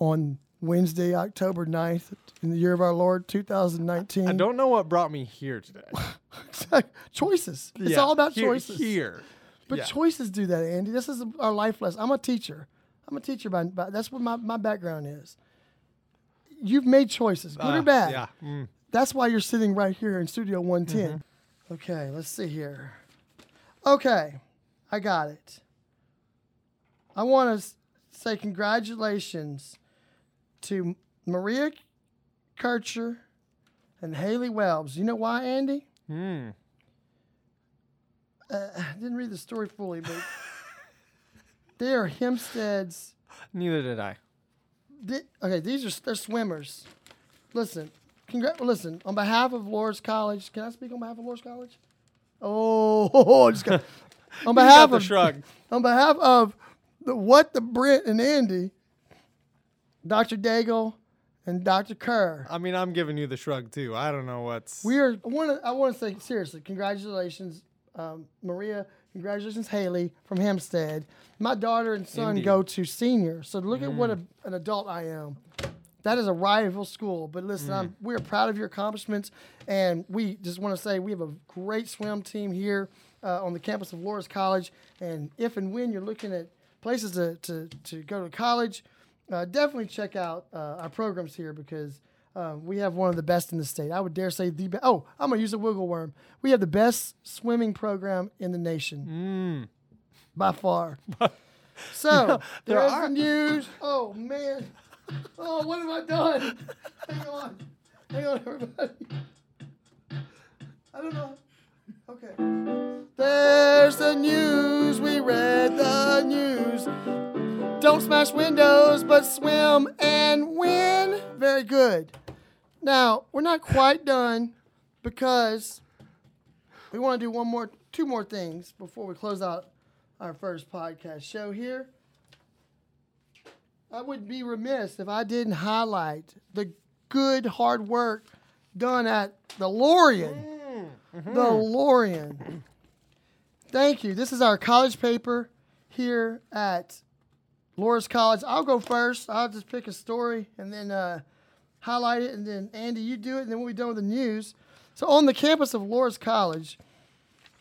on Wednesday, October 9th in the year of our Lord 2019? <laughs>
I don't know what brought me here today.
choices. <laughs> It's
Yeah,
all about
here-
choices.
Here.
But
Yeah.
choices do that, Andy. This is our life lesson. I'm a teacher. I'm a teacher by, by that's what my, my background is. You've made choices, good
Ah,
or bad.
Yeah. Mm.
That's why you're sitting right here in Studio 110. Okay, let's see here. Okay, I got it. I want to say congratulations to Maria Kircher and Haley Welbs. You know why, Andy?
Mm.
<sighs> I didn't read the story fully, but they are Hempstead's
Neither did I.
Thi- okay, these are they're swimmers. Listen, congr- listen. On behalf of Lawrence College, can I speak on behalf of Lawrence College? Oh, <laughs> I just
<laughs>
got- on behalf
the
of
shrug.
on behalf of the what the Brent and Andy, Dr. Daigle, and Dr. Kerr.
I mean, I'm giving you the shrug too. I don't know what's.
We are. I want to. I want to say seriously. Congratulations, um, Maria. Congratulations, Haley from Hempstead. My daughter and son
Indeed.
go to senior. So look at what a,
Mm.
an adult I am. That is a rival school. But listen, I'm, we are proud of your accomplishments, and we just want to say we have a great swim team here uh, on the campus of Lawrence College. And if and when you're looking at places to to, to go to college. Uh, definitely check out uh, our programs here because uh, we have one of the best in the state. I would dare say the best. Oh, I'm gonna use a wiggle worm. We have the best swimming program in the nation
mm.
by
<laughs>
far. so
there
there's
are-
the news. Oh
<laughs>
man. Oh, what have I done? Hang on. Hang on, everybody. I don't know. Okay. There's the news. We read the news. Don't smash windows, but swim and win. Very good. Now, we're not quite done because we want to do one more two more things before we close out our first podcast show here. I would be remiss if I didn't highlight the good hard work done at the Lorien. The Lorien. Thank you. This is our college paper here at Loris College. I'll go first. I'll just pick a story and then uh, highlight it, and then Andy, you do it, and then we'll be done with the news. So, on the campus of Loris College,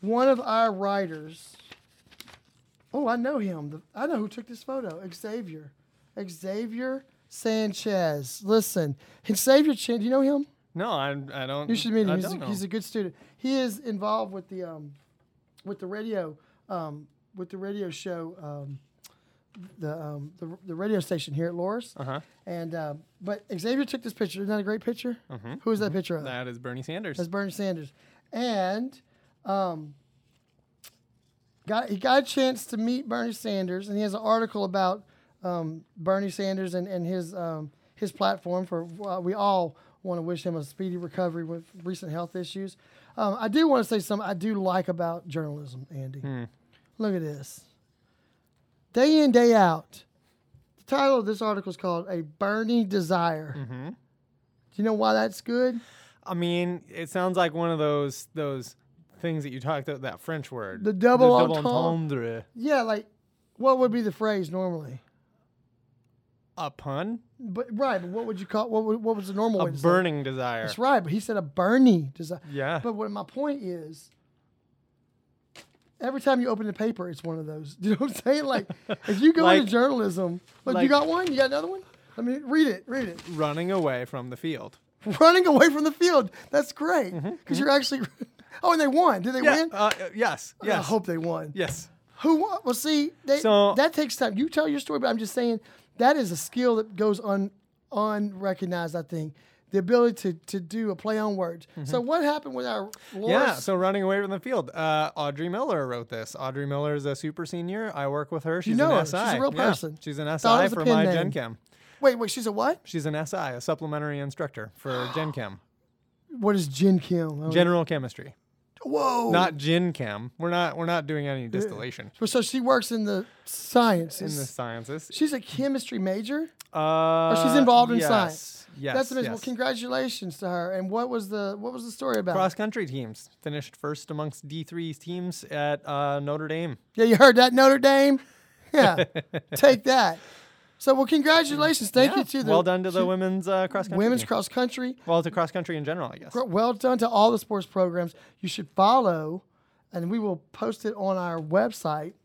one of our writers. Oh, I know him. The- I know who took this photo. Xavier, Xavier Sanchez. Listen, Xavier Chan. Do you know him?
No, I'm, I don't.
You should meet
I
him. He's
don't
a,
know.
he's a good student. He is involved with the um, with the radio um, with the radio show um, the, um, the the radio station here at Loris.
Uh-huh.
And um, but Xavier took this picture. Isn't that a great picture? Who is that picture of?
Mm-hmm. That is Bernie Sanders.
That's Bernie Sanders. And um, got he got a chance to meet Bernie Sanders, and he has an article about um, Bernie Sanders and and his um, his platform for uh, we all want to wish him a speedy recovery with recent health issues. Um, I do want to say something I do like about journalism, Andy. Look at this. Day in, day out. The title of this article is called A Bernie Desire. Do you know why that's good?
I mean, it sounds like one of those those things that you talked about, that French word.
The double entendre.
entendre.
Yeah, like what would be the phrase normally?
A pun?
But right, but what would you call what would, what was the normal
A
way to say it?
burning desire.
That's right, but he said a Bernie desire.
Yeah.
But what my point is every time you open the paper it's one of those. <laughs> You know what I'm saying? Like if you go
<laughs> Like-
into journalism, look, you
like-
got one? You got another one? I mean, read it, read it.
Running away from the field.
Running away from the field. That's great. Because you're actually <laughs> Oh, and they won. Did they
Mm-hmm, Yeah,
win?
uh, uh, yes. Yes.
I hope they won.
Yes.
Who won? Well, see, they,
So-
that takes time. You tell your story, but I'm just saying that is a skill that goes un, unrecognized. I think the ability to, to do a play on words. So what happened with our Loris?
Mm-hmm. Yeah, so running away from the field. Uh, Audrey Miller wrote this. Audrey Miller is a super senior. I work with her. She's
know her.
an
She's
SI.
a real
Yeah,
person.
She's an
Thought it
SI
was a
for
pen
my
name.
Gen Chem.
wait, wait. She's a what?
She's an SI, a supplementary instructor for
<gasps>
Gen Chem,
What is Jin Kim? I don't-
general chemistry.
Whoa.
Not Gen Chem. We're not. We're not doing any distillation
Well, so she works in the
in
sciences.
the sciences.
she's a chemistry major.
Uh,
Or Oh, she's involved in
yes,
science.
Yes.
That's amazing.
yes.
Well, congratulations to her. And what was the what was the story about?
Cross country teams finished first amongst D3 teams at uh, Notre Dame.
Yeah, you heard that Notre
<laughs>
Dame. Yeah, take that. So, well, congratulations. Thank
Yeah,
you to the
well done to the women's uh, cross country.
women's
team.
cross country.
well, to cross country in general, I guess.
Well done to all the sports programs. You should follow, and we will post it on our website.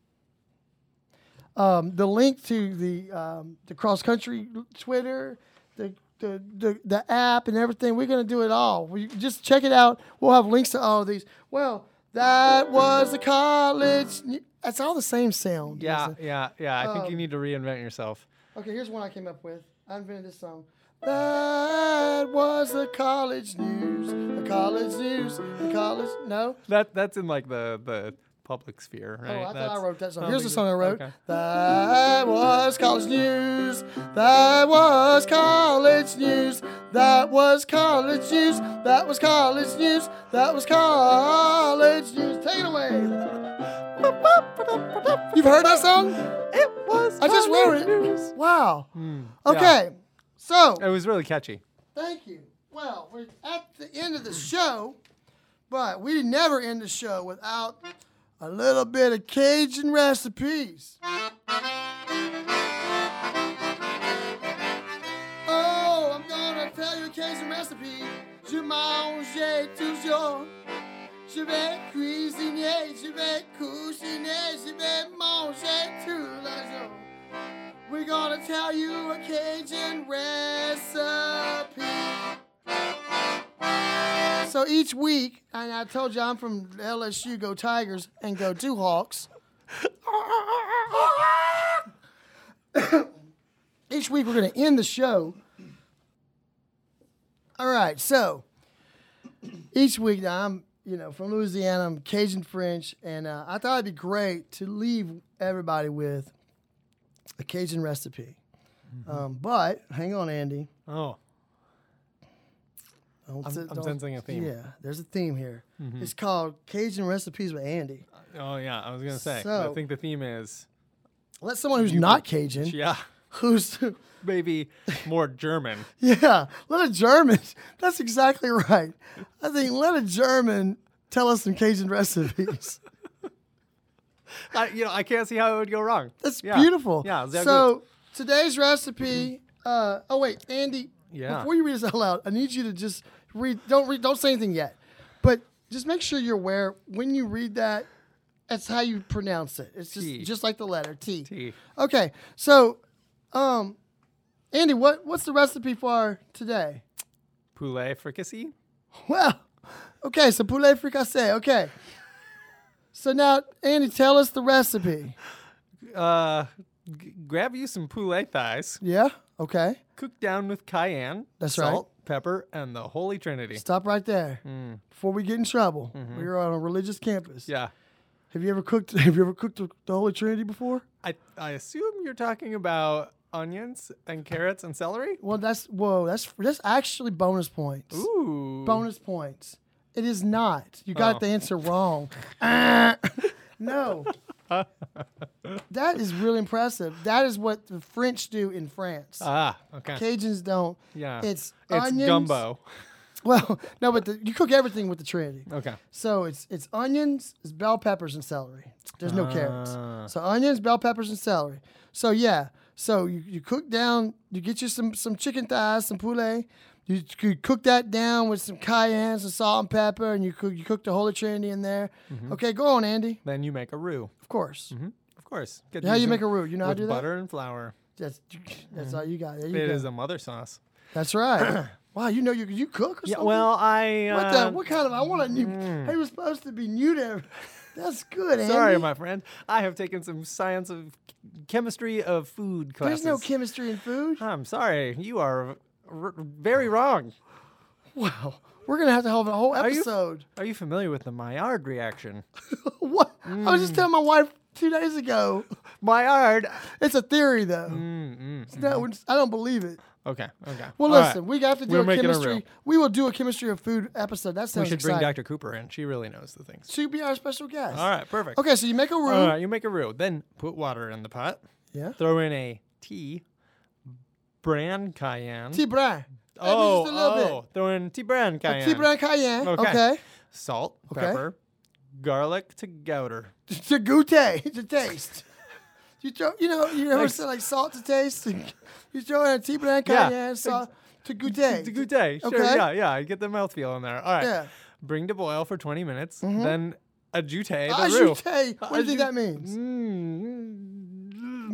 Um, the link to the um, the cross country Twitter, the, the the the app, and everything. We're gonna do it all. We just check it out. We'll have links to all of these. Well, that was the college. ne- That's all the same sound.
Yeah,
isn't it?
yeah, yeah. I
Um,
think you need to reinvent yourself.
Okay, here's one I came up with. I invented this song. That was the college news. The college news. The college. No.
That that's in like the the public sphere,
Oh,
right?
I thought
That's-
I wrote that song.
I don't
Here's the
think
song I
that-
wrote.
okay.
That was college news. That was college news. That was college news. That was college news. That was college news. Take it away. You've heard that song?
It was.
I just wrote
college
it.
news.
Wow.
yeah.
Okay. So.
It was
<laughs>
really catchy.
Thank you. Well, we're at the end of the show, but we never end the show without a little bit of Cajun recipes. Oh, I'm gonna tell you a Cajun recipe. Je mange toujours. Je vais cuisiner, je vais cuisiner, je vais manger tous les jours. We're gonna tell you a Cajun recipe. So each week, and I told you I'm from LSU, go Tigers, and go Do Hawks. each week, we're gonna end the show. All right, so each week now I'm you know from Louisiana, I'm Cajun French, and uh, I thought it'd be great to leave everybody with a Cajun recipe. Um, but hang on, Andy.
Oh,
Don't
I'm-
sit-
I'm
don't-
sensing a theme. Mm-hmm.
Yeah, there's a theme here. It's called Cajun Recipes with Andy.
oh yeah. I was gonna say. I
So-
think the theme is
Let someone who's not Cajun
yeah.
who's <laughs>
maybe more German.
yeah, let a German. <laughs> That's exactly right. I think let a German tell us some Cajun
<laughs>
recipes.
I, you know, I can't see how it would go wrong.
That's
Yeah.
beautiful.
Yeah. sehr
so
gut.
today's recipe. Uh, oh wait, Andy.
Yeah.
Before you read this out loud, I need you to just read. Don't read. Don't say anything yet. But just make sure you're aware when you read that. That's how you pronounce it. It's just
T.
just like the letter T.
T.
Okay. So, um, Andy, what what's the recipe for today?
poulet fricassee.
Well, okay. So poulet fricassee. Okay. So now, Andy, tell us the recipe.
Uh, g- grab you some poulet thighs,
Yeah. Okay.
cook down with cayenne,
That's right.
salt, pepper, and the Holy Trinity.
Stop right there. Before we get in trouble, we are on a religious campus.
Yeah.
Have you ever cooked? <laughs> Have you ever cooked the, the Holy Trinity before?
I, I assume you're talking about onions and carrots and celery.
Well, that's whoa. That's that's actually bonus points.
Ooh.
Bonus points. It is not. You got
Oh.
the answer
<laughs>
wrong. <laughs> Ah. no. that is really impressive. That is what the French do in France.
Ah, okay.
Cajuns don't.
Yeah.
It's
it's
onions.
gumbo.
Well, no, but the, you cook everything with the Trinity.
Okay.
So it's it's onions, it's bell peppers and celery. There's no
Ah.
carrots. So onions, bell peppers, and celery. So yeah. So you, you cook down, you get you some some chicken thighs, some poulet. You, you cook that down with some cayenne, some salt and pepper, and you cook you cook the Holy Trinity in there.
Mm-hmm.
Okay, go on, Andy.
Then you make a roux.
Of course.
Of course. Get
How you
these
make
in-
a roux? You know how to
Mm-hmm. with
do that?
butter and flour.
That's that's all you got. There you
It
go.
is a mother sauce.
That's right. <clears throat> wow, you know you you cook or something?
I. uh,
what the what kind of I want a new He was supposed to be new to every- <laughs> That's good, Andy.
mm. Sorry, my friend. I have taken some science of chemistry of food classes.
There's no chemistry in food.
I'm sorry. You are r- very wrong.
Wow. We're going to have to have a whole
you-
episode. <laughs>
Are you familiar with the Maillard reaction?
What? I was just telling my wife two days ago.
Maillard.
It's a theory, though. It's not- it's- I don't believe it.
Okay. Okay.
Well,
All right.
listen, we have to do
We're
a
making a
chemistry.
reel.
we will do a chemistry of food episode. That
We
sounds
should
exciting.
bring Dr. Cooper in. She really knows the things.
She'll be our special guest.
All right. Perfect.
Okay, so you make a roux.
All right. You make a roux. Then put water in the pot.
Yeah.
Throw in a tea, bran cayenne.
Tea bran.
oh,
Maybe just a little
oh, Throw in tea bran
bit.
cayenne.
Tea bran cayenne.
Okay.
Okay.
Salt,
Okay.
pepper, garlic to gouter.
To goûter, to taste. You throw, you know, you ever
Thanks.
say like salt to taste? You throw in a tea bran
Yeah.
cayenne salt to goûter.
It's a good day. Sure,
Okay.
yeah, yeah. Get the mouthfeel in there. All right.
Yeah. Mm-hmm.
Bring to boil for 20 minutes, then ajute the roux.
Ajouté. What do you think that means?
means?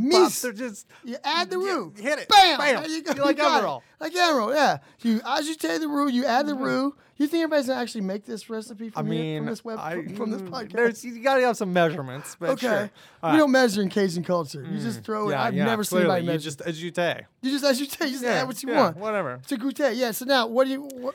Meat.
They're Mm. just
You add the roux.
hit it.
Bam.
Bam.
There you go.
You like
got it.
Emerald.
Like Emerald, yeah. You agitate the roux, you add the roux. You think everybody's gonna actually make this recipe
Mm-hmm. I
from, here-
mean,
from this web
I-
from, from this
mm,
podcast?
There's, you got to have some measurements, but
okay.
sure. All
We
right. Mm.
don't measure in Cajun culture. You just throw it.
yeah,
I've
yeah,
never
clearly.
seen anybody
You
measure.
just ajouté.
you just agitate. You just
Yeah,
add what you
yeah,
want.
Whatever.
To goûter. Yeah. So now, what do you? What,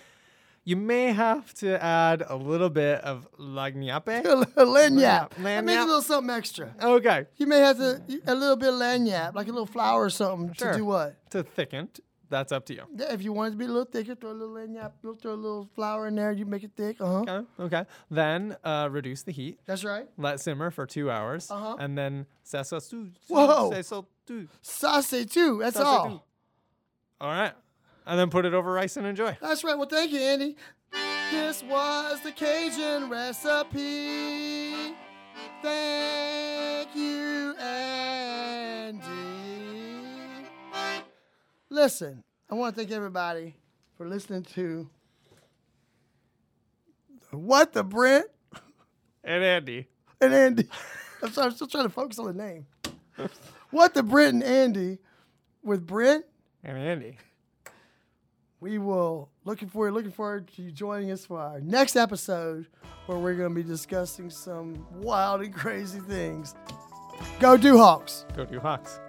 You may have to add a little bit of
<laughs>
lagniappe.
lagniappe. That
Lagniappe.
means a little something extra.
Okay,
You may have to a little bit of lagniappe, like a little flour or something,
Sure.
to do what?
to thicken. That's up to you.
Yeah, if you want it to be a little thicker, throw a little lagniappe, throw- throw a little flour in there, you make it thick. Uh huh.
Okay. Okay. Then uh, reduce the heat.
That's right.
Let simmer for two hours,
Uh-huh.
and then sassatu.
Whoa.
Sassatu.
Sauce too. That's all.
All right, and then put it over rice and enjoy.
That's right. Well, thank you, Andy. This was the Cajun recipe. Thank you, Andy. Listen, I want to thank everybody for listening to What the Brent
And Andy.
and Andy. <laughs> I'm, sorry, I'm still trying to focus on the name. What the Brent and Andy with Brent.
And Andy.
We will looking forward looking forward to you joining us for our next episode where we're going to be discussing some wild and crazy things. Go do Hawks.
Go to Hawks.